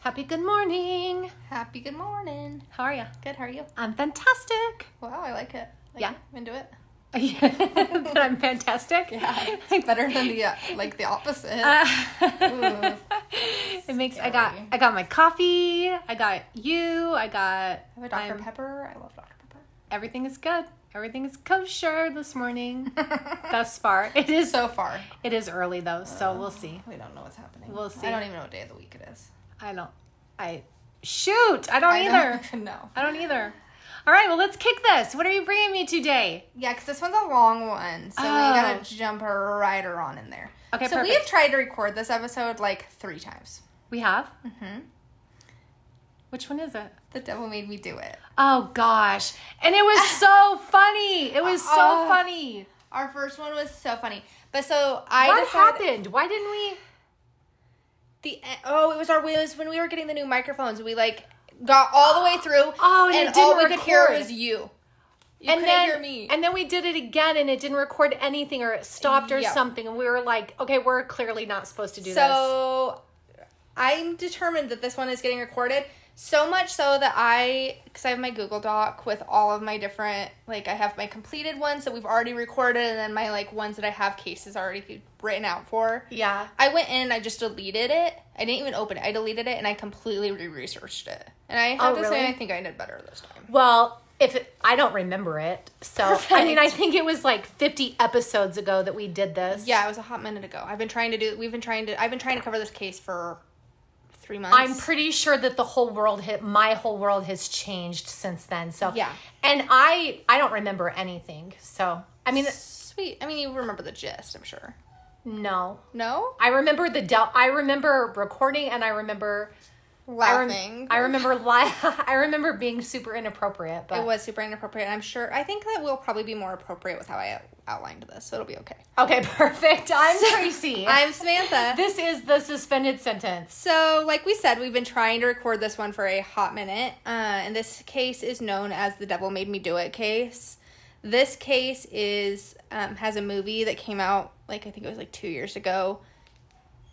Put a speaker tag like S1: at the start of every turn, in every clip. S1: Happy good morning.
S2: Happy good morning.
S1: How are you?
S2: Good, how are you?
S1: I'm fantastic.
S2: Wow, I like it. Like,
S1: Yeah.
S2: I'm into it.
S1: that I'm fantastic.
S2: It's better than the uh, like the opposite.
S1: Uh, it makes I got
S2: Scary.
S1: I got my coffee. I got you. I got
S2: I have a doctor
S1: I'm-
S2: Pepper. I love Dr. Pepper.
S1: everything is good. Everything is kosher this morning. Thus far, it is
S2: so far,
S1: it is early though, so
S2: Uh.
S1: we'll see.
S2: we don't know what's happening.
S1: We'll see.
S2: I don't even know what day of the week it is.
S1: I don't. I shoot. I don't
S2: I
S1: Oh, either.
S2: don't even know.
S1: I don't either. All right. Well, let's kick this. What are you bringing me today?
S2: Yeah, because this one's a long one, so we
S1: Oh.
S2: gotta jump right on in there.
S1: Okay,
S2: So we
S1: perfect.
S2: have tried to record this episode like three times.
S1: We have.
S2: Mhm.
S1: Which one is it?
S2: The devil made me do it.
S1: Oh gosh. And it was so funny. It was so
S2: Uh,
S1: funny.
S2: Our first one was so funny, but so I
S1: What
S2: decided-
S1: happened? Why didn't we
S2: The oh, it was our it was when we were getting the new microphones. We like got all the way through.
S1: Oh, and it didn't
S2: all we could hear
S1: record.
S2: was you. You
S1: and
S2: couldn't
S1: then,
S2: hear me.
S1: And then we did it again and it didn't record anything or it stopped or
S2: Yep.
S1: something. And we were like, okay, we're clearly not supposed to do this.
S2: so I'm determined that this one is getting recorded. So much so that I, because I have my Google Doc with all of my different, like I have my completed ones that we've already recorded, and then my like ones that I have cases already written out for.
S1: Yeah.
S2: I went in and I just deleted it. I didn't even open it. I deleted it and I completely re-researched it. And I have
S1: Oh,
S2: to
S1: really?
S2: say, I think I did better this time.
S1: Well, if it, I don't remember it. So, I mean, I
S2: Perfect.
S1: think it was like 50 episodes ago that we did this.
S2: Yeah, it was a hot minute ago. I've been trying to do. We've been trying to. I've been trying to cover this case for three months.
S1: I'm pretty sure that the whole world hit my whole world has changed since then. So
S2: Yeah.
S1: and I I don't remember anything. So I mean
S2: sweet. I mean, you remember the gist, I'm sure.
S1: no,
S2: No,
S1: I remember the del- I remember recording and I remember I, rem-
S2: laughing.
S1: I remember li- I remember being super inappropriate. But
S2: It was super inappropriate. and I'm sure. I think that we'll probably be more appropriate with how I outlined this, so it'll be okay.
S1: okay, perfect. I'm Tracy.
S2: I'm Samantha.
S1: this is the suspended sentence.
S2: So, like we said, we've been trying to record this one for a hot minute, uh, and this case is known as the "Devil Made Me Do It" case. This case is um, has a movie that came out like I think it was like two years ago.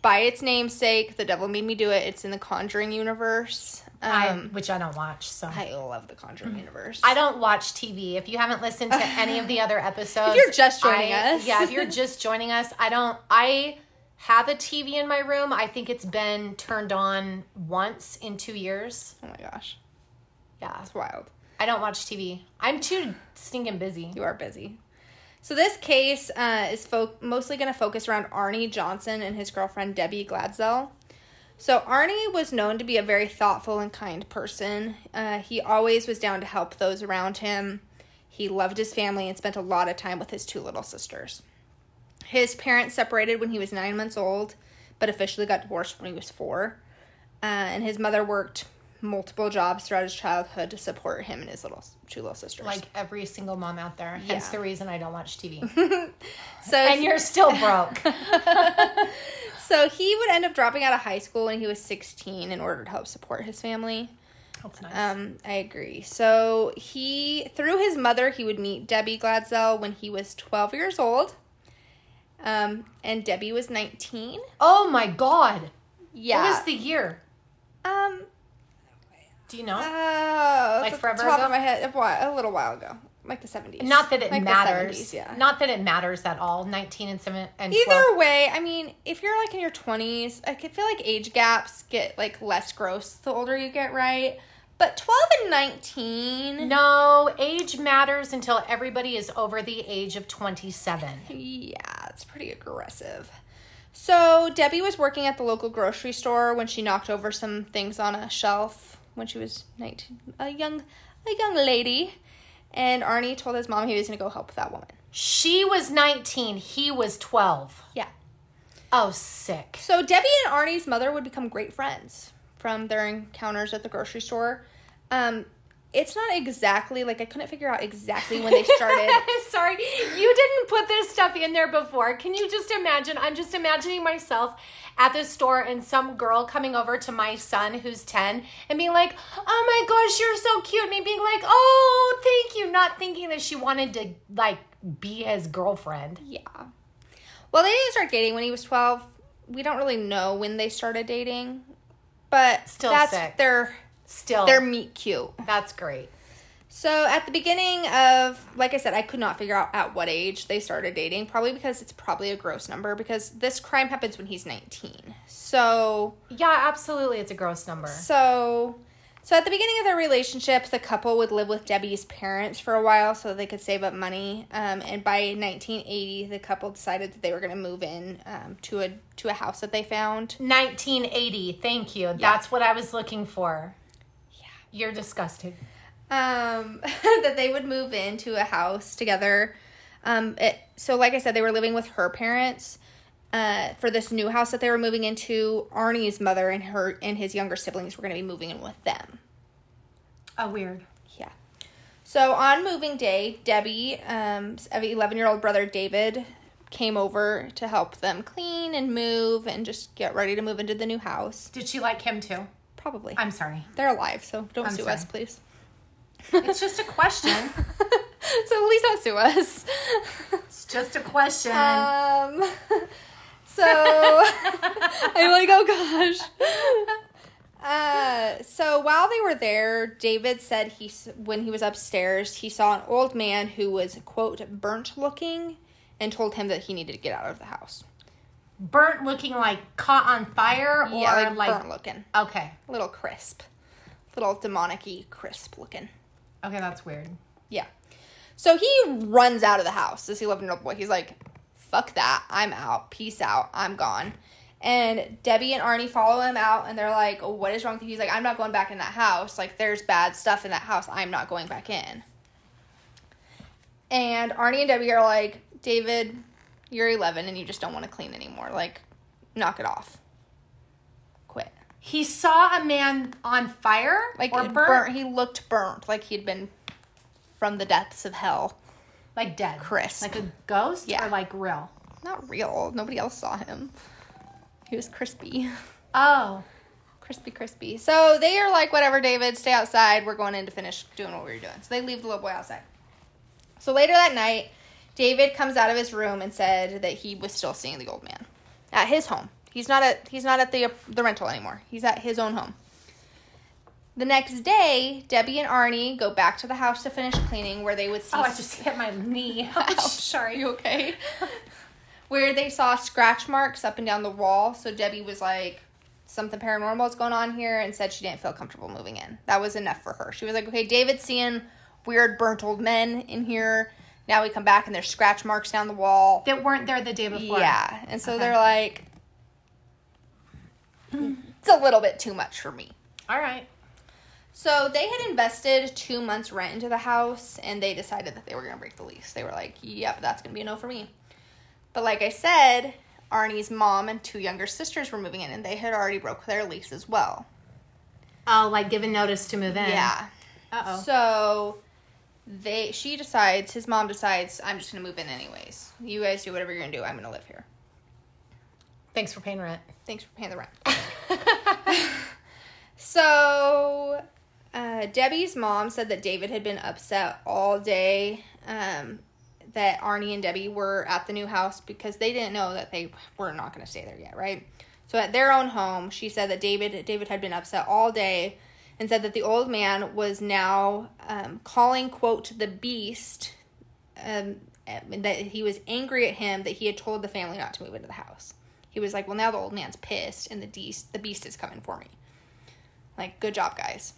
S2: By its namesake, "The Devil Made Me Do It." It's in the Conjuring universe.
S1: I,
S2: Um,
S1: which I don't watch. So I,
S2: I love the Conjuring universe.
S1: don't watch TV. If you haven't listened to any of the other episodes,
S2: If you're just joining
S1: I-
S2: us.
S1: yeah. If you're just joining us, I don't. I have a TV in my room. I think it's been turned on once in two years.
S2: oh my gosh,
S1: Yeah,
S2: it's wild.
S1: I don't watch TV. I'm too stinking busy.
S2: You are busy. So this case uh, is fo- mostly going to focus around Arnie Johnson and his girlfriend Debbie Gladsell. So Arnie was known to be a very thoughtful and kind person. Uh, he always was down to help those around him. He loved his family and spent a lot of time with his two little sisters. His parents separated when he was nine months old, but officially got divorced when he was four. Uh, and his mother worked multiple jobs throughout his childhood to support him and his little two little sisters.
S1: like every single mom out there. Hence
S2: Yeah.
S1: the reason I don't watch TV.
S2: so
S1: and
S2: he-
S1: you're still broke.
S2: So he would end up dropping out of high school when he was 16 in order to help support his family.
S1: That's nice.
S2: Um, I agree. So he, through his mother, he would meet Debbie Gladsell when he was 12 years old. Um, and Debbie was 19.
S1: oh my god.
S2: Yeah.
S1: What was the year?
S2: um,
S1: Do you know?
S2: uh,
S1: Like
S2: off the
S1: forever
S2: top
S1: ago?
S2: of my head, a while- a little while ago, like the 70s.
S1: Not that it
S2: Like the
S1: matters.
S2: 70s, yeah.
S1: Not that it matters at all. 19 and 7 and 12.
S2: Either way, I mean, if you're like in your 20s, I could feel like age gaps get like less gross the older you get, right? But 12 and 19,
S1: No, age matters until everybody is over the age of 27.
S2: yeah, it's pretty aggressive. So, Debbie was working at the local grocery store when she knocked over some things on a shelf when she was 19, a young a young lady, and Arnie told his mom he was going to go help that woman.
S1: She was 19, he was 12.
S2: Yeah.
S1: Oh, sick.
S2: So Debbie and Arnie's mother would become great friends from their encounters at the grocery store. Um, it's not exactly like I couldn't figure out exactly when they started.
S1: Sorry, you didn't put this stuff in there before. Can you just imagine? I'm just imagining myself at the store and some girl coming over to my son who's 10 and being like, oh my gosh, you're so cute. And me being like, oh, thank you. Not thinking that she wanted to, like, be his girlfriend.
S2: yeah. Well, they didn't start dating when he was twelve. We don't really know when they started dating, but
S1: Still
S2: that's
S1: sick.
S2: their
S1: Still,
S2: their meet cute.
S1: that's great.
S2: So at the beginning of, like I said, I could not figure out at what age they started dating. Probably because it's probably a gross number because this crime happens when he's 19. So
S1: Yeah, absolutely. It's a gross number.
S2: so so at the beginning of their relationship, the couple would live with Debbie's parents for a while so they could save up money. Um, and by 1980, the couple decided that they were going to move in um, to a to a house that they found.
S1: 1980. Thank you. That's what I was looking for. Yeah. You're disgusting.
S2: um, that they would move into a house together. Um, it, so, like I said, they were living with her parents uh, for this new house that they were moving into. Arnie's mother and her and his younger siblings were going to be moving in with them.
S1: Oh, weird.
S2: Yeah. So on moving day, Debbie, um, eleven year old brother David, came over to help them clean and move and just get ready to move into the new house.
S1: Did she like him too?
S2: Probably
S1: I'm sorry.
S2: they're alive, so don't
S1: I'm
S2: sue
S1: sorry.
S2: us, please.
S1: It's just a question.
S2: so please don't sue us.
S1: It's just a question.
S2: Um, so I'm like, oh gosh. Uh, so while they were there, David said he s- when he was upstairs, he saw an old man who was quote burnt looking, and told him that he needed to get out of the house.
S1: burnt looking like caught on fire or
S2: yeah, like,
S1: like,
S2: burnt looking,
S1: okay.
S2: a little crisp, little demonic-y crisp looking.
S1: Okay, that's weird.
S2: Yeah. So he runs out of the house, this 11 year old boy. He's like, fuck that. I'm out. Peace out. I'm gone. And Debbie and Arnie follow him out and they're like, what is wrong with you? He's like, I'm not going back in that house. Like, there's bad stuff in that house. I'm not going back in. And Arnie and Debbie are like, David, you're 11 and you just don't want to clean anymore. Like, knock it off. Quit.
S1: He saw a man on fire
S2: Like,
S1: or
S2: it
S1: burnt,
S2: burnt. He looked burnt, like he'd been from the depths of hell.
S1: like dead.
S2: Crisp.
S1: Like a ghost
S2: Yeah.
S1: or like real.
S2: not real. Nobody else saw him. He was crispy.
S1: Oh.
S2: Crispy, crispy. So they are like, whatever, David, stay outside. We're going in to finish doing what we were doing. So they leave the little boy outside. So later that night, David comes out of his room and said that he was still seeing the old man at his home. He's not at he's not at the the rental anymore. He's at his own home. The next day, Debbie and Arnie go back to the house to finish cleaning, where they would see
S1: Oh, I just hit my knee.
S2: Ouch.
S1: sorry.
S2: Oh, You okay? Where they saw scratch marks up and down the wall. So Debbie was like, something paranormal is going on here and said she didn't feel comfortable moving in. That was enough for her. She was like, okay, David's seeing weird burnt old men in here. Now we come back and there's scratch marks down the wall.
S1: That weren't there the day before.
S2: Yeah. And so
S1: Okay.
S2: they're like, it's a little bit too much for me.
S1: All right.
S2: So they had invested two months' rent into the house, and they decided that they were going to break the lease. They were like, "Yep, that's going to be a no for me." But like I said, Arnie's mom and two younger sisters were moving in, and they had already broke their lease as well.
S1: Oh, like giving notice to move in.
S2: Yeah.
S1: Uh oh.
S2: So they, she decides, his mom decides, "I'm just going to move in anyways. You guys do whatever you're going to do. I'm going to live here.
S1: Thanks for paying rent.
S2: Thanks for paying the rent." So, uh, Debbie's mom said that David had been upset all day. Um, that Arnie and Debbie were at the new house because they didn't know that they were not going to stay there yet, right? So at their own home, she said that David David had been upset all day, and said that the old man was now um, calling quote the beast, um, and that he was angry at him that he had told the family not to move into the house. He was like, well, now the old man's pissed, and the beast the beast is coming for me. Like, good job, guys.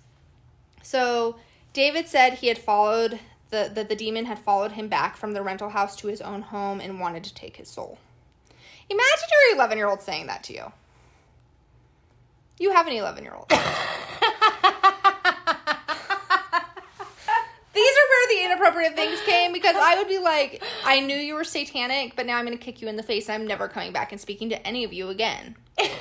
S2: So David said he had followed the that the demon had followed him back from the rental house to his own home and wanted to take his soul. Imagine your eleven year old saying that to you. You have an eleven year old. These are where the inappropriate things came because I would be like, I knew you were satanic, but now I'm going to kick you in the face. I'm never coming back and speaking to any of you again.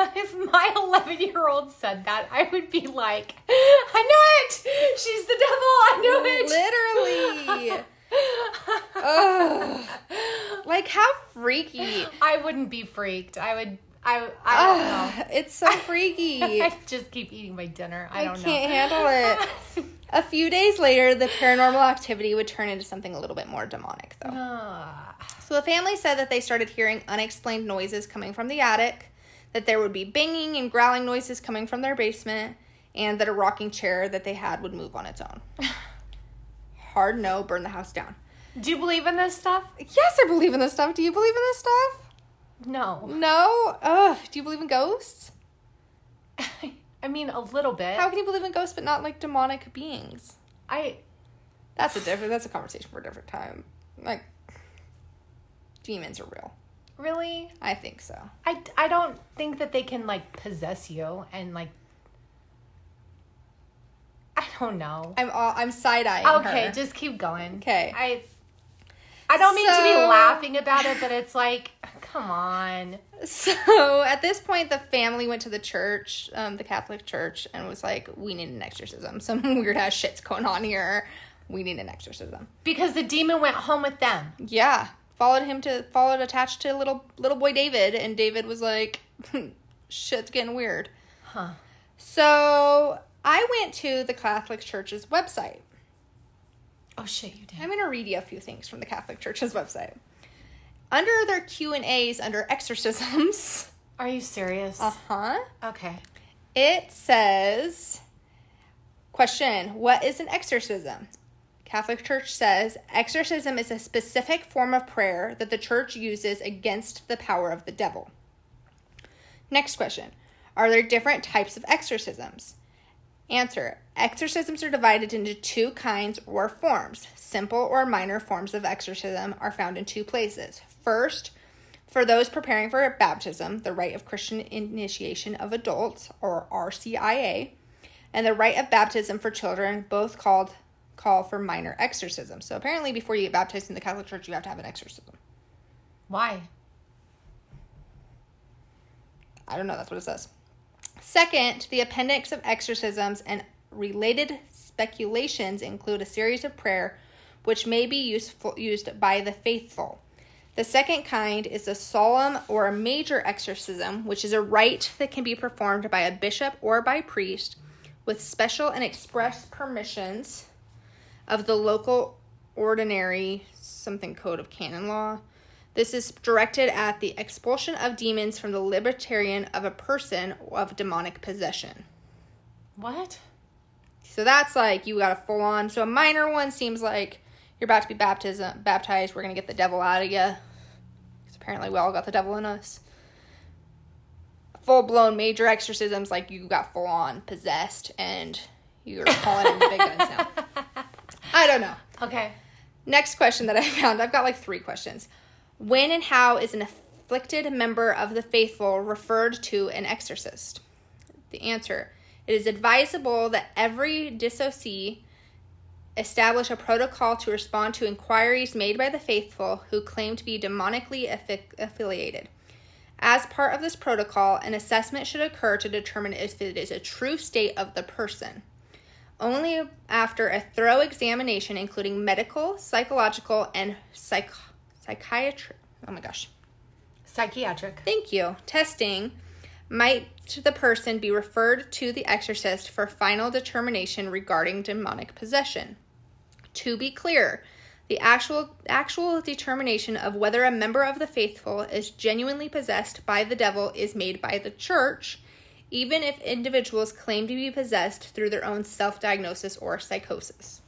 S1: If, if my 11 year old said that, I would be like, I knew it! She's the devil! I knew it!
S2: Literally. Ugh. Like how freaky.
S1: I wouldn't be freaked. I would. I. I don't know.
S2: Ugh, it's so freaky.
S1: I
S2: I,
S1: just keep eating my dinner. I, don't
S2: can't handle
S1: know.
S2: it. A few days later, the paranormal activity would turn into something a little bit more demonic, though.
S1: Ah.
S2: So the family said that they started hearing unexplained noises coming from the attic, that that there would be banging and growling noises coming from their basement, and that a rocking chair that they had would move on its own. Hard no, burn the house down.
S1: Do you believe in this stuff?
S2: Yes, I believe in this stuff. Do you believe in this stuff?
S1: No.
S2: No? Ugh. Do you believe in ghosts?
S1: I mean, a little bit.
S2: How can you believe in ghosts but not like demonic beings?
S1: I
S2: That's a different. That's a conversation for a different time. Like, demons are real.
S1: really,
S2: I think so.
S1: I, I don't think that they can like possess you and like. I don't know.
S2: I'm all, I'm side eyeing
S1: Okay,
S2: her.
S1: just keep going.
S2: 'Kay.
S1: I I don't mean to be
S2: So-
S1: laughing about it, but it's like, come on.
S2: so at this point, the family went to the church, um, the Catholic church, and was like, "We need an exorcism. Some weird ass shit's going on here. We need an exorcism."
S1: Because the demon went home with them.
S2: Yeah, followed him to followed attached to little little boy David, and David was like, "Shit's getting weird."
S1: Huh.
S2: So I went to the Catholic Church's website.
S1: Oh shit, you did.
S2: I'm going to read you a few things from the Catholic Church's website. Under their Q and A's under exorcisms,
S1: Are you serious?
S2: uh huh,
S1: okay.
S2: it says, question: What is an exorcism? Catholic Church says exorcism is a specific form of prayer that the church uses against the power of the devil. Next question: Are there different types of exorcisms? Answer Exorcisms are divided into two kinds or forms. Simple or minor forms of exorcism are found in two places. First, for those preparing for baptism, the rite of Christian initiation of adults, or RCIA, and the rite of baptism for children, both called call for minor exorcism. So apparently before you get baptized in the Catholic Church you have to have an exorcism.
S1: Why?
S2: I don't know, that's what it says. Second, the appendix of exorcisms and related speculations include a series of prayer which may be useful, used by the faithful. The second kind is a solemn or a major exorcism, which is a rite that can be performed by a bishop or by priest with special and express permissions of the local ordinary something code of canon law. This is directed at the expulsion of demons from the libertarian of a person of demonic possession.
S1: What?
S2: So that's like you got a full on. So a minor one seems like you're about to be baptism baptized. We're gonna get the devil out of you. Because apparently we all got the devil in us. Full blown major exorcisms like you got full on possessed and you're calling in the big guns now. I don't know.
S1: Okay.
S2: Next question that I found. I've got like three questions. When and how is an afflicted member of the faithful referred to an exorcist? The answer It is advisable that every dissociee establish a protocol to respond to inquiries made by the faithful who claim to be demonically affi- affiliated. As part of this protocol, an assessment should occur to determine if it is a true state of the person. Only after a thorough examination, including medical, psychological, and psych- psychiatric. Oh my gosh.
S1: Psychiatric.
S2: Thank you. Testing might the person be referred to the exorcist for final determination regarding demonic possession. To be clear, the actual actual determination of whether a member of the faithful is genuinely possessed by the devil is made by the church, even if individuals claim to be possessed through their own self-diagnosis or psychosis.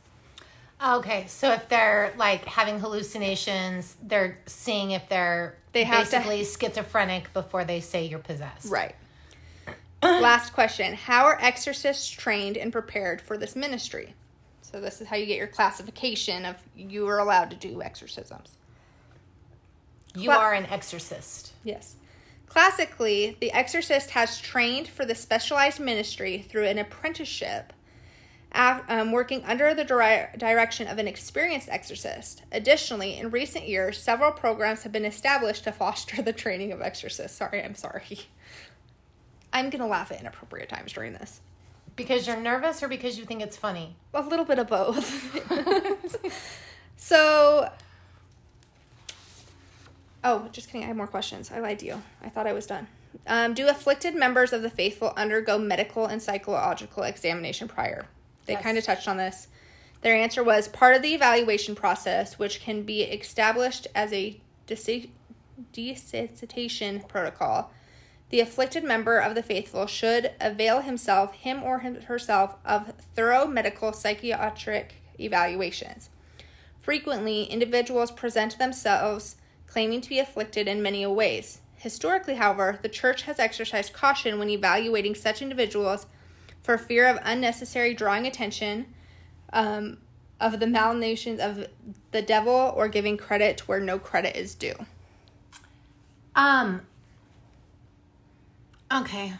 S1: Okay, so if they're like having hallucinations, they're seeing if they're
S2: They have to-
S1: basically schizophrenic before they say you're possessed.
S2: Right. Last question. How are exorcists trained and prepared for this ministry? So this is how you get your classification of you are allowed to do exorcisms.
S1: You
S2: Well-
S1: are an exorcist.
S2: Yes. Classically, the exorcist has trained for the specialized ministry through an apprenticeship, af- um, working under the dire- direction of an experienced exorcist. Additionally, in recent years, several programs have been established to foster the training of exorcists. Sorry, I'm sorry. I'm going to laugh at inappropriate times during this.
S1: Because you're nervous or because you think it's funny?
S2: a little bit of both. so, oh, just kidding. I have more questions. I lied to you. I thought I was done. Um, do afflicted members of the faithful undergo medical and psychological examination prior? They
S1: Yes.
S2: kind of touched on this. Their answer was part of the evaluation process, which can be established as a desi- desensitization protocol the afflicted member of the faithful should avail himself, him or him- herself, of thorough medical psychiatric evaluations. Frequently, individuals present themselves claiming to be afflicted in many ways. Historically, however, the church has exercised caution when evaluating such individuals for fear of unnecessary drawing attention um, of the machinations of the devil or giving credit where no credit is due.
S1: Um. Okay.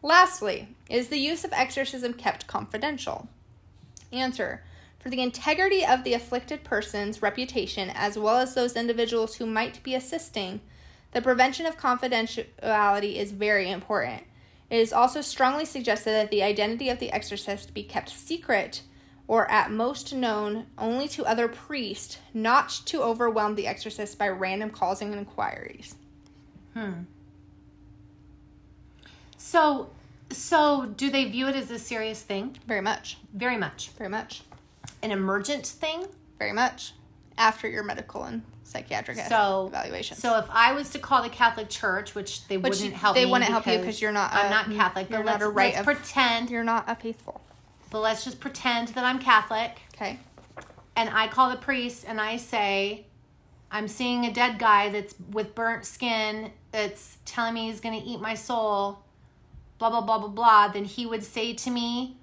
S2: Lastly, is the use of exorcism kept confidential? Answer For the integrity of the afflicted person's reputation, as well as those individuals who might be assisting, the prevention of confidentiality is very important. It is also strongly suggested that the identity of the exorcist be kept secret or at most known only to other priests, not to overwhelm the exorcist by random calls and inquiries.
S1: So, so do they view it as a serious thing?
S2: Very much,
S1: Very much.
S2: very much.
S1: An emergent thing.
S2: very much after your medical and psychiatric
S1: So
S2: evaluation.
S1: So if I was to call the Catholic Church, which they
S2: Which
S1: wouldn't help,
S2: they
S1: me
S2: wouldn't help you 'cause you're not
S1: I'm
S2: a-
S1: not Catholic.
S2: you're
S1: But
S2: not
S1: let's,
S2: a right
S1: let's
S2: of-
S1: pretend.
S2: you're not a faithful.
S1: But let's just pretend that I'm Catholic,
S2: Okay.
S1: and I call the priest and I say, "I'm seeing a dead guy that's with burnt skin that's telling me he's going to eat my soul." Blah blah blah blah blah. Then he would say to me,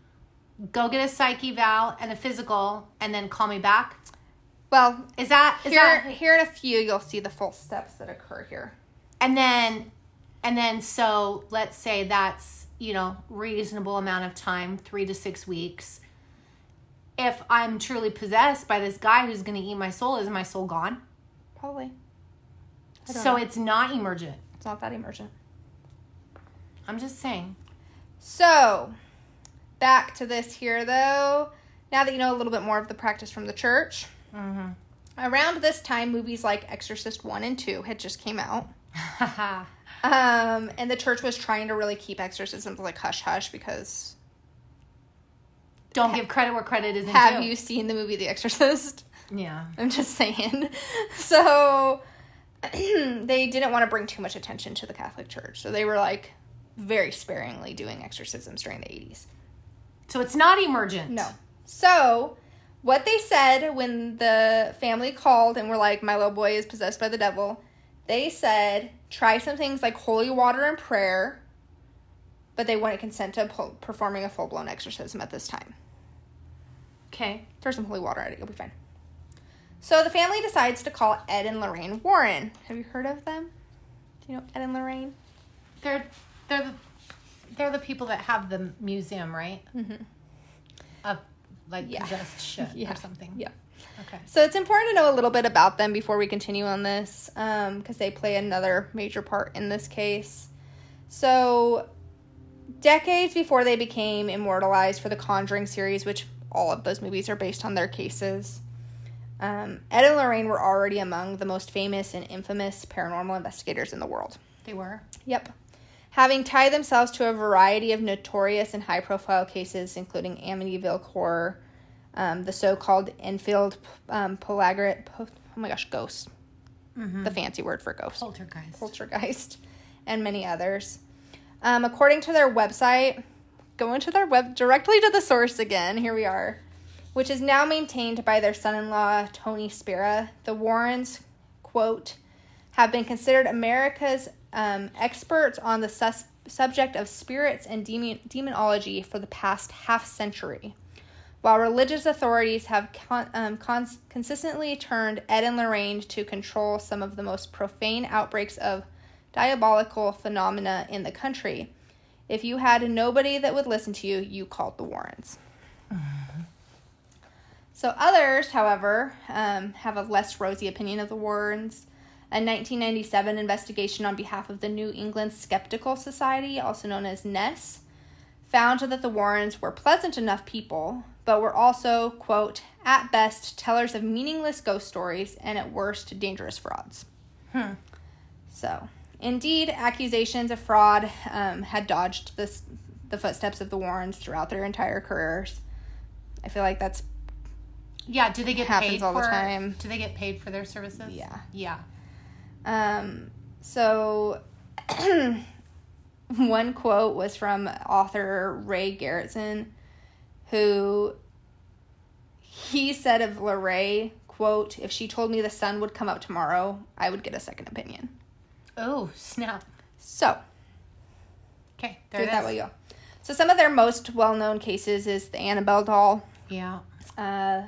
S1: "Go get a psyche eval and a physical, and then call me back."
S2: Well,
S1: Is that is
S2: here,
S1: that
S2: here in a few, you'll see the full steps that occur here.
S1: and then and then so let's say that's you know reasonable amount of time three to six weeks if i'm truly possessed by this guy who's going to eat my soul is my soul gone
S2: Probably. I don't
S1: so
S2: know.
S1: it's not emergent
S2: It's not that emergent.
S1: i'm just saying
S2: So, back to this here though. Now that you know a little bit more of the practice from the church.
S1: Mm-hmm.
S2: Around this time, movies like Exorcist 1 and 2 had just came out. Um, and the church was trying to really keep exorcisms like hush hush because
S1: don't give credit where credit isn't
S2: Have
S1: due.
S2: you seen the movie The Exorcist?
S1: yeah
S2: I'm just saying. So they didn't want to bring too much attention to the Catholic Church. So they were like very sparingly doing exorcisms during the 80s.
S1: so it's not emergent
S2: No. So what they said when the family called and were like, my little boy is possessed by the devil, they said, try some things like holy water and prayer, but they wouldn't consent to po- performing a full blown exorcism at this time.
S1: okay
S2: Throw some holy water at it. You'll be fine. So the family decides to call Ed and Lorraine Warren. Have you heard of them? Do you know Ed and Lorraine?
S1: they're they're the they're the people that have the museum right mm-hmm. of like
S2: Yeah.
S1: possessed shit
S2: Yeah.
S1: or something
S2: Yeah.
S1: okay
S2: So it's important to know a little bit about them before we continue on this, because they play another major part in this case. So, decades before they became immortalized for the Conjuring series, which all of those movies are based on their cases, um, Ed and Lorraine were already among the most famous and infamous paranormal investigators in the world.
S1: they were
S2: Yep. Having tied themselves to a variety of notorious and high profile cases, including Amityville Horror, um, the so called Enfield um, Pelagrit, po- oh my gosh, ghost. The fancy word for ghost
S1: poltergeist
S2: poltergeist and many others um, according to their website going to their web directly to the source again here we are which is now maintained by their son-in-law tony spira the warrens quote have been considered america's um, experts on the sus- subject of spirits and demon- demonology for the past half century while religious authorities have con- um, cons- consistently turned Ed and Lorraine to control some of the most profane outbreaks of diabolical phenomena in the country, if you had nobody that would listen to you, you called the Warrens. So others, however, um, have a less rosy opinion of the Warrens. A 1997 investigation on behalf of the New England Skeptical Society, also known as NESS, found that the Warrens were pleasant enough people, but were also, quote, at best tellers of meaningless ghost stories and at worst dangerous frauds. So, indeed, accusations of fraud um, had dodged this, the footsteps of the Warrens throughout their entire careers. I feel like that's,
S1: Yeah, do they get
S2: Happens
S1: paid
S2: all the
S1: for-
S2: time.
S1: Do they get paid for their services?
S2: yeah.
S1: Yeah.
S2: Um, so One quote was from author Ray Garretson, who he said of Larray, quote, if she told me the sun would come up tomorrow, I would get a second opinion.
S1: Oh, snap.
S2: So,
S1: Okay, there
S2: do it
S1: it
S2: that
S1: is.
S2: way you go. So some of their most well-known cases is the Annabelle doll,
S1: Yeah.
S2: uh,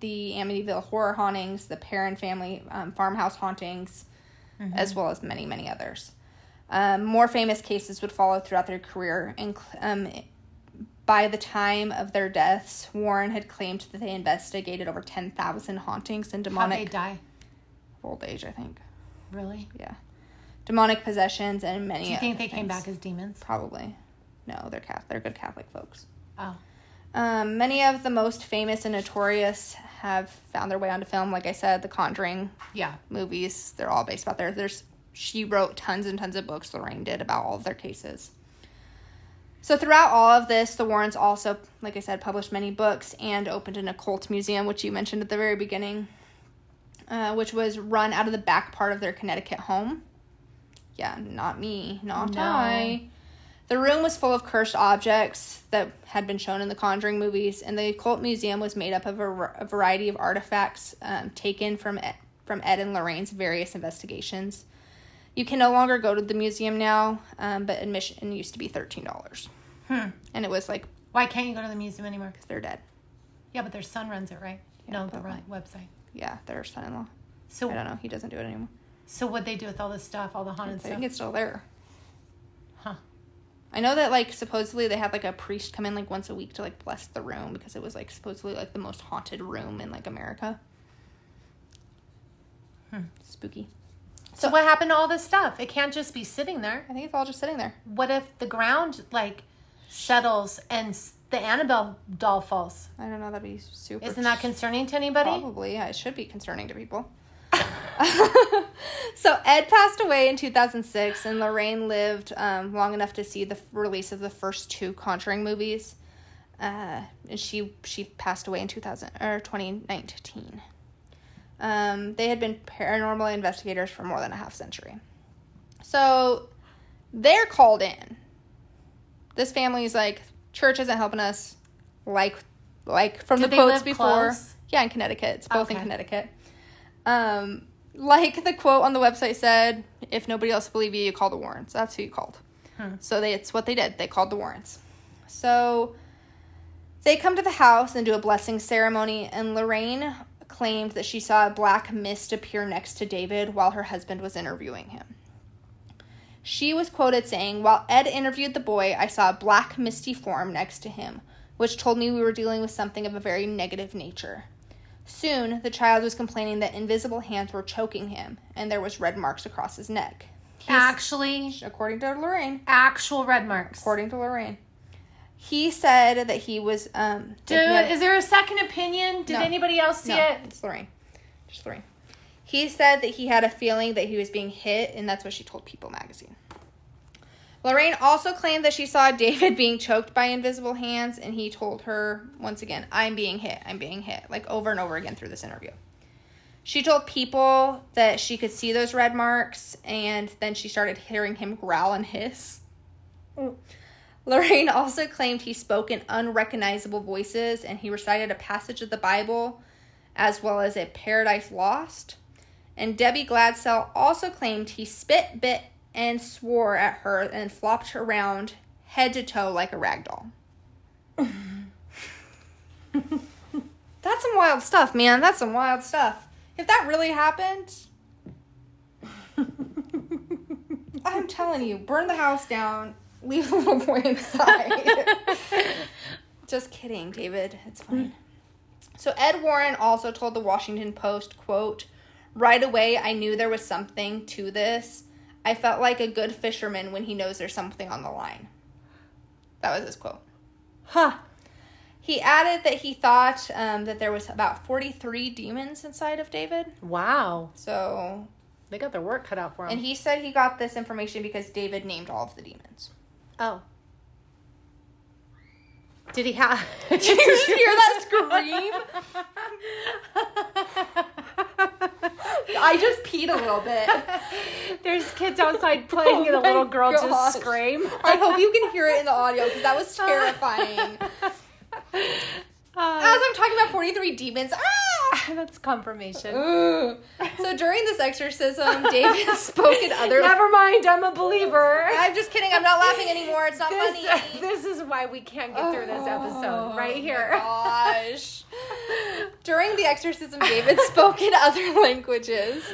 S2: the Amityville horror hauntings, the Perrin family um, farmhouse hauntings,
S1: Mm-hmm.
S2: as well as many, many others. Um, more famous cases would follow throughout their career, and cl- um, by the time of their deaths, Warren had claimed that they investigated over ten thousand hauntings and
S1: How'd they
S2: demonic
S1: die?
S2: old age. I think,
S1: Really?
S2: yeah, demonic possessions and many.
S1: Do you think
S2: other
S1: they came
S2: things.
S1: back as demons?
S2: Probably, no, they're Catholic. They're good Catholic folks.
S1: Oh.
S2: Um, many of the most famous and notorious have found their way onto film. Like I said, The Conjuring
S1: Yeah.
S2: movies, they're all based about there. There's she wrote tons and tons of books, Lorraine did, about all of their cases. So throughout all of this, the Warrens also, like I said, published many books and opened an occult museum, which you mentioned at the very beginning, uh, which was run out of the back part of their Connecticut home. Yeah, not me, not
S1: No.
S2: I. The room was full of cursed objects that had been shown in the Conjuring movies, and the occult museum was made up of a, var- a variety of artifacts um, taken from Ed, from Ed and Lorraine's various investigations. You can no longer go to the museum now, um, but admission used to be thirteen dollars, and it was like
S1: Why can't you go to the museum anymore?
S2: they're dead.
S1: Yeah, but their son runs it, right? no, the
S2: but,
S1: run- website.
S2: Yeah, their son-in-law. I don't
S1: So,
S2: know. He doesn't do it anymore.
S1: so what they do with all this stuff, all the haunted
S2: I
S1: stuff?
S2: think it's still there.
S1: Huh.
S2: I know that like supposedly they had like a priest come in like once a week to like bless the room because it was like supposedly like the most haunted room in like America.
S1: Hmm.
S2: Spooky.
S1: So what happened to all this stuff? It can't just be sitting there.
S2: I think it's all just sitting there.
S1: What if the ground like settles and s- the Annabelle doll falls?
S2: I don't know. That'd be super.
S1: Isn't that concerning to anybody?
S2: Probably. Yeah, it should be concerning to people. so Ed passed away in 2006, and Lorraine lived um, long enough to see the f- release of the first two Conjuring movies. Uh, and she she passed away in 2000 or 2019. Um, they had been paranormal investigators for more than a half century. So they're called in. This family's like church isn't helping us. Like like from
S1: Do
S2: the
S1: they
S2: quotes
S1: live
S2: before.
S1: close?
S2: Yeah, in Connecticut. It's both in
S1: Okay.
S2: Connecticut. Um, like the quote on the website said, if nobody else believe you, you call the Warrens. That's who you called. So they, it's what they did. They called the Warrens. So they come to the house and do a blessing ceremony, and Lorraine claimed that she saw a black mist appear next to David while her husband was interviewing him. She was quoted saying, While Ed interviewed the boy, I saw a black misty form next to him, which told me we were dealing with something of a very negative nature. Soon, the child was complaining that invisible hands were choking him, and there was red marks across his neck.
S1: Ah. Actually,
S2: According to Lorraine,
S1: actual red marks.
S2: according to Lorraine. He said that he was um
S1: Dude,
S2: that he had-
S1: is there a second opinion? Did
S2: No.
S1: anybody else see
S2: no,
S1: it?
S2: it's Lorraine. Just Lorraine. He said that he had a feeling that he was being hit, and that's what she told People magazine. Lorraine also claimed that she saw David being choked by invisible hands, and he told her once again, I'm being hit, I'm being hit, like over and over again through this interview. She told people that she could see those red marks, and then she started hearing him growl and hiss.
S1: Oh.
S2: Lorraine also claimed he spoke in unrecognizable voices and he recited a passage of the Bible as well as a Paradise Lost. And Debbie Gladsell also claimed he spit, bit, and swore at her and flopped around head to toe like a rag doll. That's some wild stuff, man. That's some wild stuff. If that really happened, I'm telling you, burn the house down, leave the little boy inside. Just kidding, David. It's fine. So Ed Warren also told the Washington Post, quote, "Right away I knew there was something to this. I felt like a good fisherman when he knows there's something on the line." That was his quote.
S1: Huh.
S2: He added that he thought um, that there was about 43 demons inside of David.
S1: Wow.
S2: So,
S1: They got their work cut out for them.
S2: and he said he got this information because David named all of the demons.
S1: oh. Did he have? Did
S2: you just hear that scream? I just peed a little bit.
S1: There's kids outside playing, and a
S2: Oh my
S1: little girl
S2: gosh.
S1: just scream.
S2: I hope you can hear it in the audio because that was terrifying.
S1: Uh,
S2: As I'm talking about 43 demons, ah!
S1: that's confirmation.
S2: Ooh. So during this exorcism, David spoke in other.
S1: Never mind, I'm a believer.
S2: I'm just kidding. I'm not laughing anymore. It's not
S1: This,
S2: funny.
S1: this is why we can't get through this
S2: Oh,
S1: episode right
S2: my
S1: here.
S2: gosh. During the exorcism, David spoke in other languages,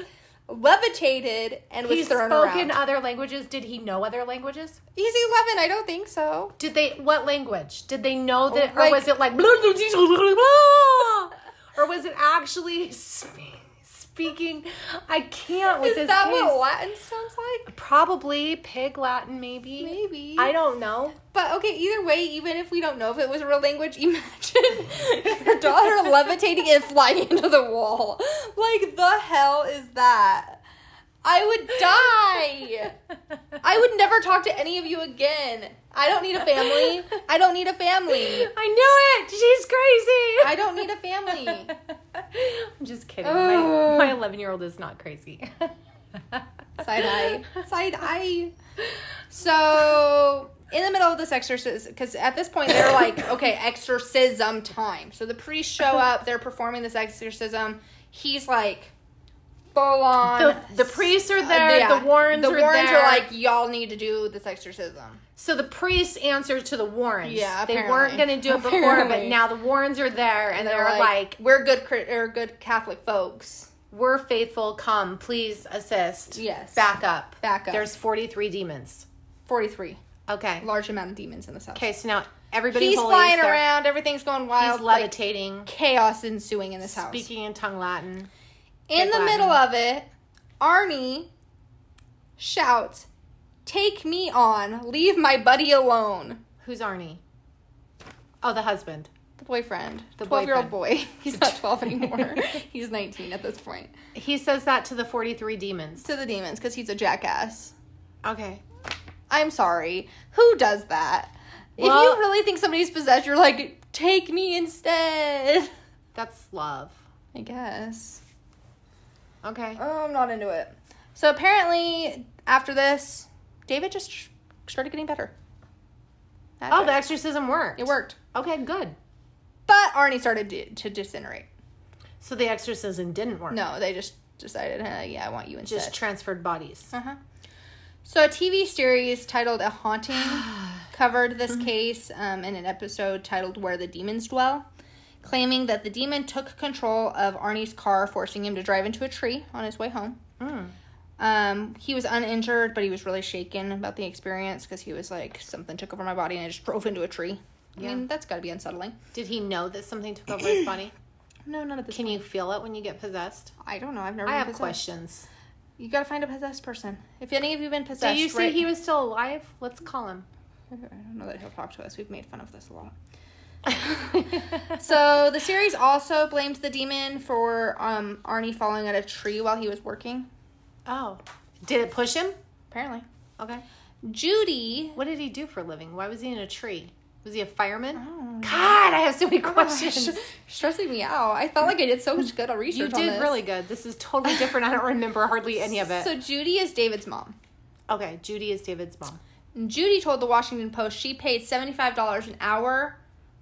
S2: levitated, and was
S1: He
S2: thrown
S1: spoke
S2: around.
S1: in other languages. Did he know other languages?
S2: He's 11. I don't think so.
S1: Did they? What language? Did they know that,
S2: Like-
S1: or was it like, blah, blah, blah, blah, blah, or was it actually spe- speaking? I can't with
S2: Is
S1: this
S2: that
S1: case.
S2: what Latin sounds like?
S1: Probably pig Latin, maybe.
S2: Maybe.
S1: I don't know.
S2: But okay, either way, even if we don't know if it was a real language, imagine your daughter levitating and flying into the wall. Like, the hell is that? I would die. I would never talk to any of you again. I don't need a family. I don't need a family.
S1: I knew it. She's crazy.
S2: I don't need a family.
S1: I'm just kidding. My-
S2: Ugh.
S1: My 11 year old is not crazy.
S2: Side eye. Side eye. So, in the middle of this exorcism, because at this point they're like, okay, exorcism time. So the priests show up, they're performing this exorcism. He's like, full on.
S1: The, the priests are there.
S2: Yeah.
S1: The Warrens
S2: the
S1: are
S2: Warrens
S1: there.
S2: are like, y'all need to do this exorcism.
S1: so the priests answer to the Warrens.
S2: Yeah,
S1: they weren't
S2: apparently.
S1: gonna do it before,
S2: Apparently.
S1: but now the Warrens are there, and, they're, like,
S2: we're good, cri- or good Catholic folks.
S1: "We're faithful. Come, please assist.
S2: Yes.
S1: back up.
S2: Back up.
S1: There's 43 demons.
S2: 43.
S1: Okay.
S2: Large amount of demons in this house.
S1: Okay. So now everybody.
S2: He's
S1: holy is
S2: flying
S1: there.
S2: around, everything's going wild.
S1: He's
S2: like,
S1: levitating.
S2: chaos ensuing in this house.
S1: speaking in tongue Latin.
S2: In
S1: Big
S2: the
S1: Latin.
S2: middle of it, Arnie shouts, Take me on, leave my buddy alone.
S1: Who's Arnie? Oh, the husband.
S2: The boyfriend. The
S1: The
S2: 12 year old boy. He's not 12 anymore. he's 19 at this point.
S1: He says that to the 43 demons.
S2: To the demons, because he's a jackass.
S1: Okay.
S2: I'm sorry. Who does that? if
S1: Well-
S2: you really think somebody's possessed, you're like, Take me instead.
S1: That's love.
S2: I guess.
S1: Okay.
S2: Oh, I'm not into it. So apparently, after this, David just started getting better. That
S1: Oh,
S2: worked.
S1: the exorcism worked.
S2: it worked.
S1: Okay, good.
S2: But Arnie started to, to disintegrate.
S1: So the exorcism didn't work.
S2: No, they just decided, "Huh, yeah, I want you instead.
S1: Just transferred bodies.
S2: uh-huh. So a TV series titled A Haunting covered this case um, in an episode titled Where the Demons Dwell, claiming that the demon took control of Arnie's car, forcing him to drive into a tree on his way home.
S1: Mm.
S2: Um, he was uninjured, but he was really shaken about the experience because he was like, something took over my body and I just drove into a tree. I
S1: Yeah.
S2: mean, that's got to be unsettling.
S1: Did he know that something took over his body?
S2: No, none of this.
S1: Can you feel it when you get possessed?
S2: I don't know. I've never.
S1: I
S2: been
S1: have
S2: possessed.
S1: questions.
S2: You gotta find a possessed person. If any of you been
S1: Do
S2: possessed,
S1: you say
S2: right-
S1: he was still alive? Let's call him.
S2: I don't know that he'll talk to us. We've made fun of this a lot. So the series also blamed the demon for um, Arnie falling out of a tree while he was working.
S1: oh. Did it push him?
S2: Apparently,
S1: Okay.
S2: Judy.
S1: What did he do for a living? Why was he in a tree? Was he a fireman?
S2: Oh,
S1: God, I have so many
S2: gosh,
S1: questions.
S2: stressing me out. I felt like I did so much good on research.
S1: You
S2: on
S1: did
S2: this.
S1: really good. This is totally different. I don't remember hardly any of it.
S2: So Judy is David's mom.
S1: okay, Judy is David's mom.
S2: Judy told the Washington Post she paid $75 an hour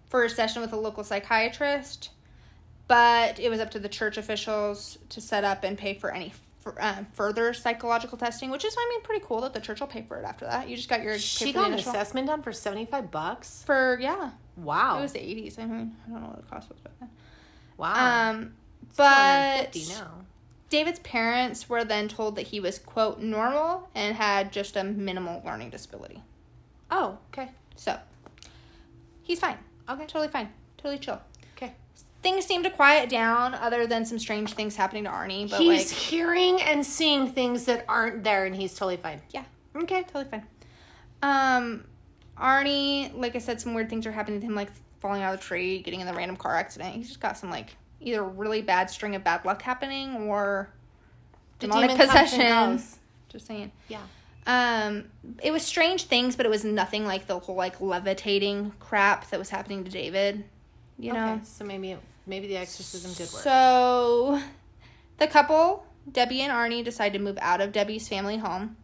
S2: for a session with a local psychiatrist, but it was up to the church officials to set up and pay for any f- um, further psychological testing, which is, I mean, pretty cool that the church will pay for it after that. You just got your
S1: She
S2: pay for
S1: got
S2: the
S1: an
S2: initial-
S1: assessment done for seventy five bucks.
S2: for yeah,
S1: Wow.
S2: it was the 80s. I mean, I don't know what the cost was back then.
S1: wow.
S2: Um,
S1: $150
S2: but
S1: now.
S2: David's parents were then told that he was quote normal and had just a minimal learning disability.
S1: Oh, okay.
S2: So he's fine.
S1: Okay.
S2: Totally fine. Totally chill.
S1: Okay.
S2: Things seem to quiet down other than some strange things happening to Arnie, but
S1: he's
S2: like
S1: hearing and seeing things that aren't there and he's totally fine.
S2: yeah,
S1: Okay.
S2: totally fine. Um Arnie, like I said, some weird things are happening to him, like falling out of the tree, getting in the random car accident. He's just got some like either really bad string of bad luck happening or
S1: The
S2: demonic
S1: demon comes and
S2: possession.
S1: goes.
S2: Just saying.
S1: Yeah.
S2: Um, it was strange things, but it was nothing like the whole like levitating crap that was happening to David. You know,
S1: Okay. So maybe it, maybe the exorcism did work.
S2: So the couple Debbie and Arnie decide to move out of Debbie's family home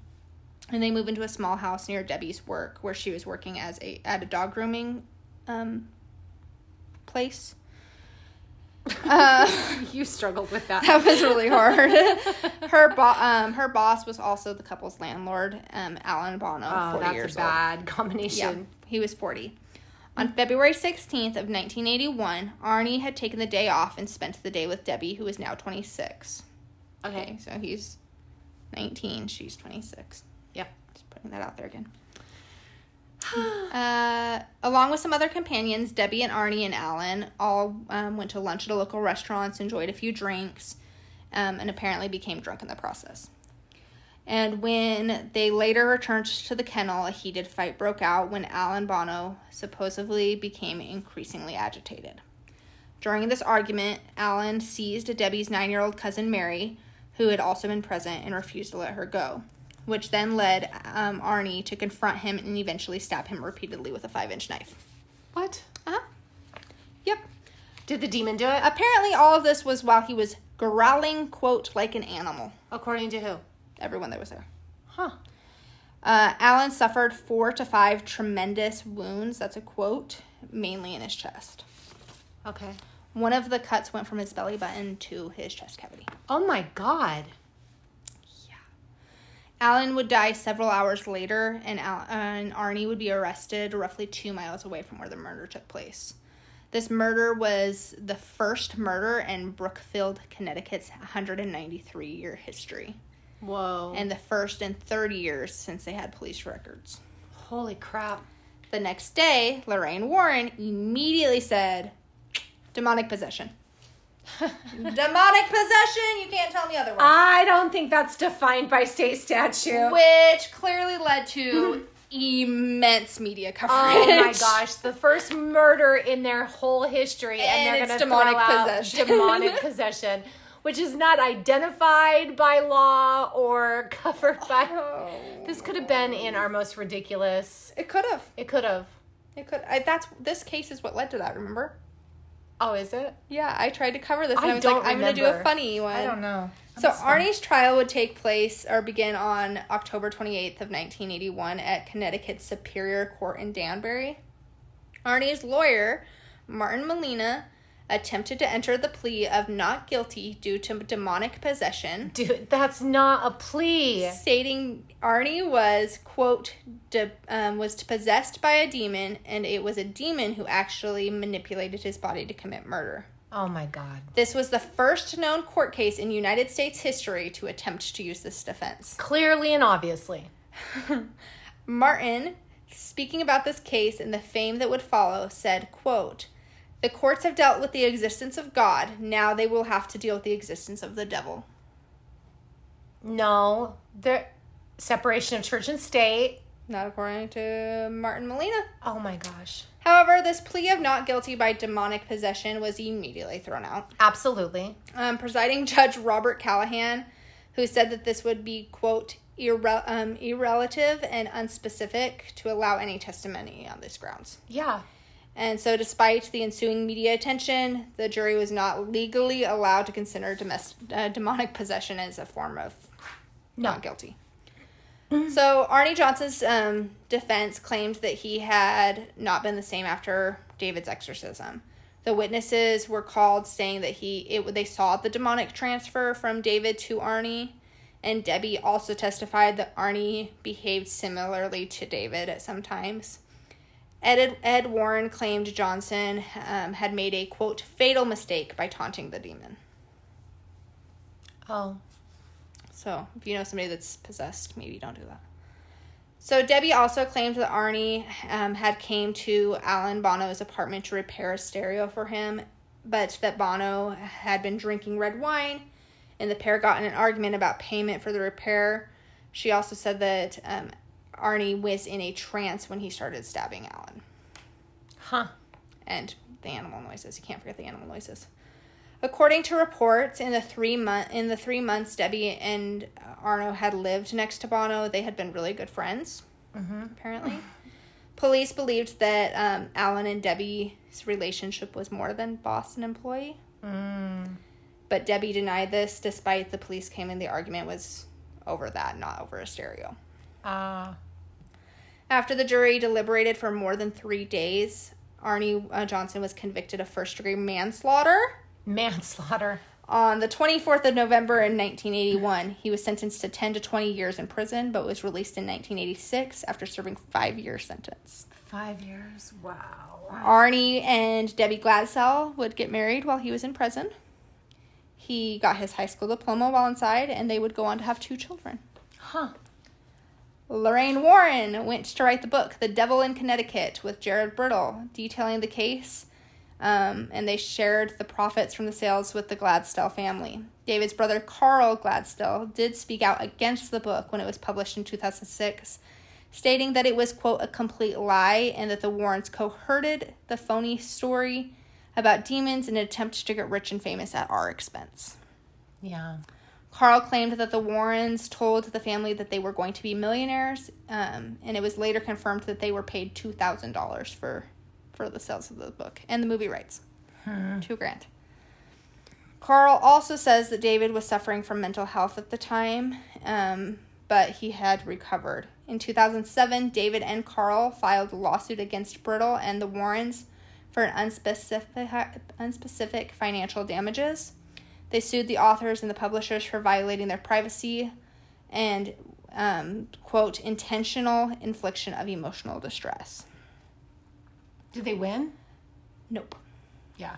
S2: and they move into a small house near Debbie's work where she was working as a at a dog grooming um place. Uh,
S1: you struggled with that.
S2: that was really hard. her bo- um her boss was also the couple's landlord, um Alan Bono,
S1: Oh,
S2: 40
S1: that's
S2: years
S1: a
S2: old.
S1: bad
S2: Yeah,
S1: combination.
S2: he was 40. On February 16th of 1981, Arnie had taken the day off and spent the day with Debbie, who is now 26.
S1: Okay.
S2: So he's 19, she's 26.
S1: Yeah.
S2: Just putting that out there again. Uh, along with some other companions, Debbie and Arnie and Alan all um, went to lunch at a local restaurant, enjoyed a few drinks, um, and apparently became drunk in the process. And when they later returned to the kennel, a heated fight broke out when Alan Bono supposedly became increasingly agitated. During this argument, Alan seized Debbie's nine year old cousin Mary, who had also been present, and refused to let her go, which then led um, Arnie to confront him and eventually stab him repeatedly with a five inch knife.
S1: What?
S2: Uh huh. Yep.
S1: Did the demon do it?
S2: Apparently, all of this was while he was growling, quote, like an animal.
S1: According to who?
S2: Everyone that was there.
S1: Huh.
S2: Uh, Alan suffered four to five tremendous wounds, that's a quote, mainly in his chest.
S1: Okay.
S2: One of the cuts went from his belly button to his chest cavity.
S1: Oh my god.
S2: Alan would die several hours later, and, Al- and Arnie would be arrested roughly two miles away from where the murder took place. This murder was the first murder in Brookfield, Connecticut's 193 year history,
S1: Whoa.
S2: and the first in 30 years since they had police records.
S1: Holy crap.
S2: The next day, Lorraine Warren immediately said, Demonic possession. Demonic possession! You can't tell me otherwise.
S1: I don't think that's defined by state statute.
S2: which clearly led to immense media coverage.
S1: Mm-hmm. Oh my gosh, the first murder in their whole history, and,
S2: And
S1: they're
S2: it's
S1: going to
S2: demonic
S1: throw out
S2: possession.
S1: demonic possession, which is not identified by law or covered by. This could have been in our most ridiculous.
S2: It could have.
S1: It could have.
S2: It could. I, that's this case is what led to that. Remember?
S1: Oh, is it?
S2: Yeah, I tried to cover this, and I,
S1: I
S2: was
S1: don't
S2: like, I'm going to do a
S1: remember.
S2: funny one.
S1: know.
S2: So Arnie's trial would take place or begin on October 28th of 1981 at Connecticut Superior Court in Danbury. Arnie's lawyer, Martin Molina, attempted to enter the plea of not guilty due to demonic possession.
S1: Dude, that's not a plea.
S2: stating Arnie was quote de- um, was possessed by a demon, and it was a demon who actually manipulated his body to commit murder.
S1: Oh my god.
S2: This was the first known court case in United States history to attempt to use this defense.
S1: Clearly and obviously.
S2: Martin, speaking about this case and the fame that would follow, said, quote, "The courts have dealt with the existence of God. Now they will have to deal with the existence of the devil."
S1: No, the separation of church and state.
S2: Not according to Martin Molina.
S1: Oh my gosh.
S2: However, this plea of not guilty by demonic possession was immediately thrown out.
S1: Absolutely.
S2: Um, presiding Judge Robert Callahan, who said that this would be, quote, irre- um, irrelative and unspecific to allow any testimony on these grounds.
S1: Yeah.
S2: And so, despite the ensuing media attention, the jury was not legally allowed to consider domest- uh, demonic possession as a form of
S1: No.
S2: not guilty. So Arnie Johnson's um, defense claimed that he had not been the same after David's exorcism. The witnesses were called saying that he it they saw the demonic transfer from David to Arnie, and Debbie also testified that Arnie behaved similarly to David at some times. Ed, Ed Warren claimed Johnson um, had made a quote fatal mistake by taunting the demon.
S1: Oh.
S2: So if you know somebody that's possessed, maybe don't do that. So Debbie also claimed that Arnie um, had came to Alan Bono's apartment to repair a stereo for him, but that Bono had been drinking red wine, and the pair got in an argument about payment for the repair. She also said that um, Arnie was in a trance when he started stabbing Alan
S1: Huh.
S2: and the animal noises. You can't forget the animal noises. According to reports, in the three month in the three months Debbie and Arno had lived next to Bono, they had been really good friends. Apparently, police believed that um, Alan and Debbie's relationship was more than boss and employee. but Debbie denied this despite the police claiming the argument was over that, not over a stereo.
S1: Ah.
S2: After the jury deliberated for more than three days, Arnie uh, Johnson was convicted of first degree manslaughter.
S1: manslaughter.
S2: On the 24th of November in 1981, he was sentenced to 10 to 20 years in prison, but was released in 1986 after serving five year sentence.
S1: Five years. Wow.
S2: Arnie and Debbie Gladsell would get married while he was in prison. He got his high school diploma while inside, and they would go on to have two children.
S1: Huh.
S2: Lorraine Warren went to write the book The Devil in Connecticut with Jared Brittle, detailing the case, um, and they shared the profits from the sales with the Gladstell family. David's brother Carl Gladstell did speak out against the book when it was published in 2006, stating that it was, quote, a complete lie and that the Warrens cohorted the phony story about demons in an attempt to get rich and famous at our expense.
S1: Yeah.
S2: Carl claimed that the Warrens told the family that they were going to be millionaires, um, and it was later confirmed that they were paid two thousand dollars for for the sales of the book and the movie rights. Two grand. Carl also says that David was suffering from mental health at the time, um, but he had recovered. In 2007, David and Carl filed a lawsuit against Brittle and the Warrens for an unspecific, unspecific financial damages. They sued the authors and the publishers for violating their privacy and, um, quote, intentional infliction of emotional distress.
S1: Did they win?
S2: Nope.
S1: Yeah.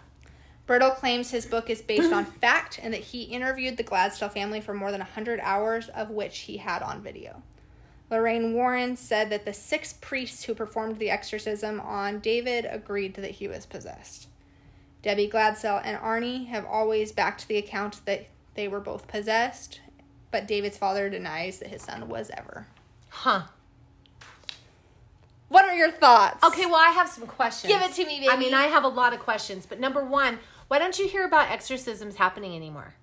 S2: Brittle claims his book is based on fact and that he interviewed the Gladstone family for more than 100 hours, of which he had on video. Lorraine Warren said that the six priests who performed the exorcism on David agreed that he was possessed. Debbie Gladsell and Arnie have always backed the account that they were both possessed, but David's father denies that his son was ever.
S1: Huh.
S2: What are your thoughts?
S1: Okay, well, I have some questions.
S2: Give it to me,
S1: I
S2: baby.
S1: mean, I have a lot of questions, but number one, why don't you hear about exorcisms happening anymore?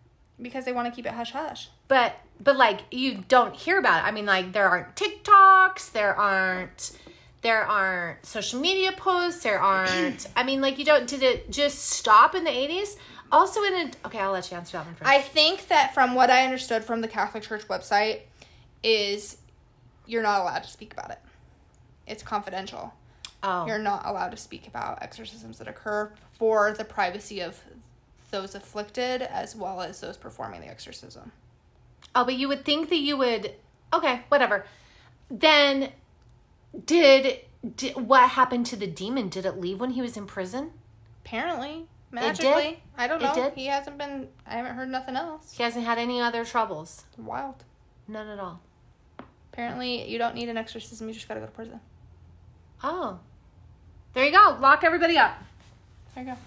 S2: Because they want to keep it hush hush.
S1: But but like you don't hear about it. I mean, like there aren't TikToks, there aren't there aren't social media posts, there aren't. I mean, like you don't. Did it just stop in the eighties? Also in a okay, I'll let you answer that one first.
S2: I think that from what I understood from the Catholic Church website is you're not allowed to speak about it. It's confidential.
S1: oh,
S2: You're not allowed to speak about exorcisms that occur for the privacy of those afflicted as well as those performing the exorcism.
S1: Oh, but you would think that you would. Okay, whatever. Then, did, did what happened to the demon? Did it leave when he was in prison?
S2: Apparently,
S1: It did?
S2: magically, I don't
S1: It
S2: know.
S1: did?
S2: He hasn't been I haven't heard nothing else.
S1: He hasn't had any other troubles.
S2: Wild.
S1: None at all.
S2: Apparently, you don't need an exorcism, you just got to go to prison.
S1: Oh, there you go. Lock everybody up.
S2: There you go.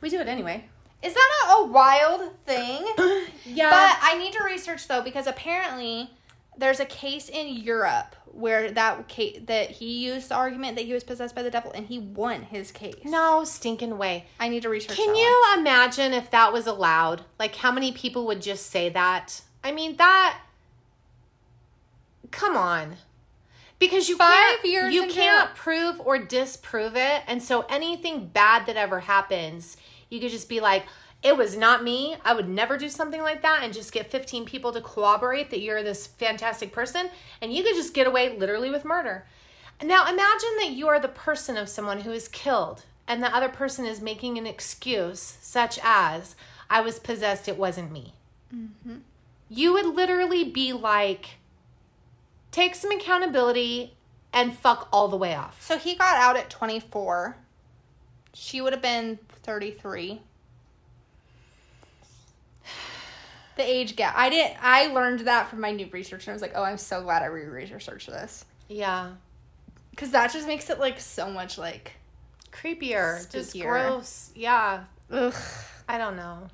S1: We do it anyway.
S2: Is that not a wild thing?
S1: Yeah.
S2: But I need to research though because apparently there's a case in Europe where that case, that he used the argument that he was possessed by the devil and he won his case.
S1: no stinking way.
S2: I need to research.
S1: Can
S2: that
S1: you imagine if that was allowed? Like, how many people would just say that? I mean, that. Come on. Because you
S2: Five
S1: can't,
S2: years
S1: you
S2: in
S1: can't
S2: jail.
S1: prove or disprove it, and so anything bad that ever happens, you could just be like, "It was not me. I would never do something like that," and just get fifteen people to corroborate that you're this fantastic person, and you could just get away literally with murder. Now imagine that you are the person of someone who is killed, and the other person is making an excuse such as, "I was possessed. It wasn't me." You would literally be like take some accountability and fuck all the way off.
S2: So he got out at 24. She would have been 33. The age gap. I didn't. I learned that from my new research, and I was like, "Oh, I'm so glad I re-researched this,"
S1: Yeah.
S2: because that just makes it like so much like,
S1: Creepier. Just
S2: Spookier.
S1: gross. Yeah.
S2: ugh.
S1: I don't know.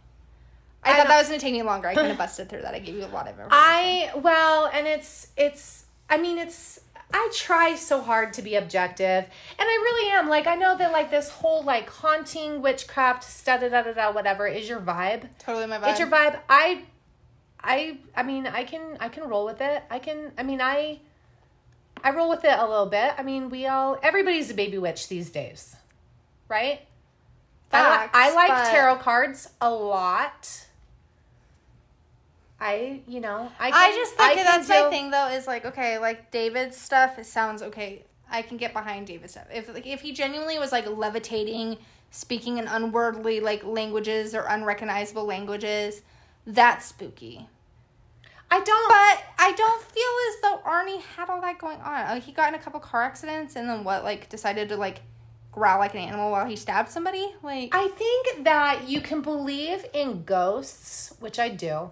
S2: I,
S1: I
S2: thought
S1: don't-
S2: that was gonna take me longer. I kind of busted through that. I gave you a lot of information.
S1: I well, and it's it's I mean it's I try so hard to be objective, and I really am. Like I know that like this whole like haunting witchcraft, da da da da da, whatever is your vibe.
S2: Totally my vibe.
S1: It's your vibe. I, I, I mean, I can, I can roll with it. I can. I mean, I, I roll with it a little bit. I mean, we all, everybody's a baby witch these days, right? I li-
S2: Facts,
S1: I, like
S2: but-
S1: tarot cards a lot. I, you know, I.
S2: I
S1: can-
S2: just think
S1: can
S2: that's my
S1: deal-
S2: thing though is like okay, like David's stuff it sounds okay. I can get behind David's stuff. If like if he genuinely was like levitating, speaking in unwordly like languages or unrecognizable languages, that's spooky.
S1: I don't.
S2: But I don't feel as though Arnie had all that going on. Like he got in a couple car accidents and then what like decided to like growl like an animal while he stabbed somebody? Like
S1: I think that you can believe in ghosts, which I do.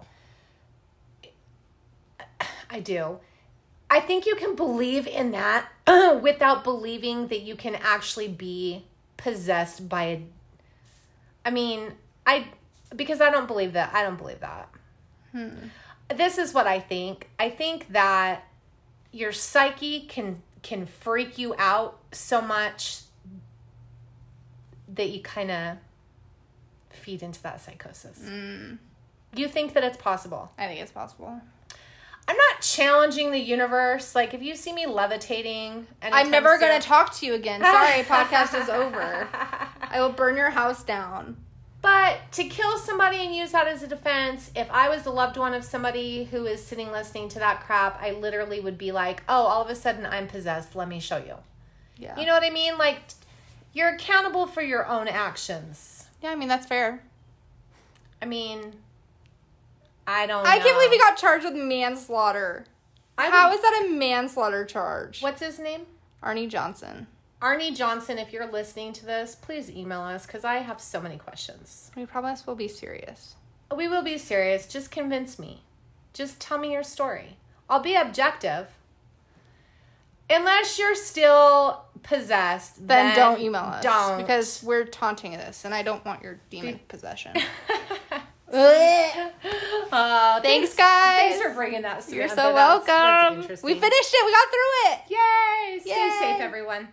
S1: I do. I think you can believe in that without believing that you can actually be possessed by a I mean, I because I don't believe that. I don't believe that. This is what I think. I think that your psyche can can freak you out so much that you kind of feed into that psychosis.
S2: Mm.
S1: You think that it's possible.
S2: I think it's possible.
S1: I'm not challenging the universe. Like if you see me levitating,
S2: I'm never going to talk to you again. Sorry, podcast is over.
S1: over.
S2: I will burn your house down.
S1: But to kill somebody and use that as a defense, if I was the loved one of somebody who is sitting listening to that crap, I literally would be like, oh, all of a sudden I'm possessed. Let me show you.
S2: Yeah.
S1: You know what I mean? Like, you're accountable for your own actions.
S2: yeah, I mean that's fair.
S1: I mean, I don't
S2: I
S1: know.
S2: can't believe he got charged with manslaughter.
S1: I
S2: How
S1: would-
S2: is that a manslaughter charge?
S1: What's his name?
S2: Arnie Johnson.
S1: Arnie Johnson, if you're listening to this, please email us because I have so many questions.
S2: We promise we'll be serious.
S1: We will be serious. Just convince me. Just tell me your story. I'll be objective. Unless you're still possessed,
S2: Then, don't email us.
S1: Don't
S2: Because we're taunting this and I don't want your demon possession.
S1: Oh,
S2: Thanks,
S1: thanks,
S2: guys.
S1: Thanks for bringing that.
S2: You're
S1: Samantha.
S2: so
S1: That's- that's
S2: welcome. we
S1: interesting.
S2: finished it. We got through it.
S1: Yay! Stay
S2: Yay.
S1: safe, everyone.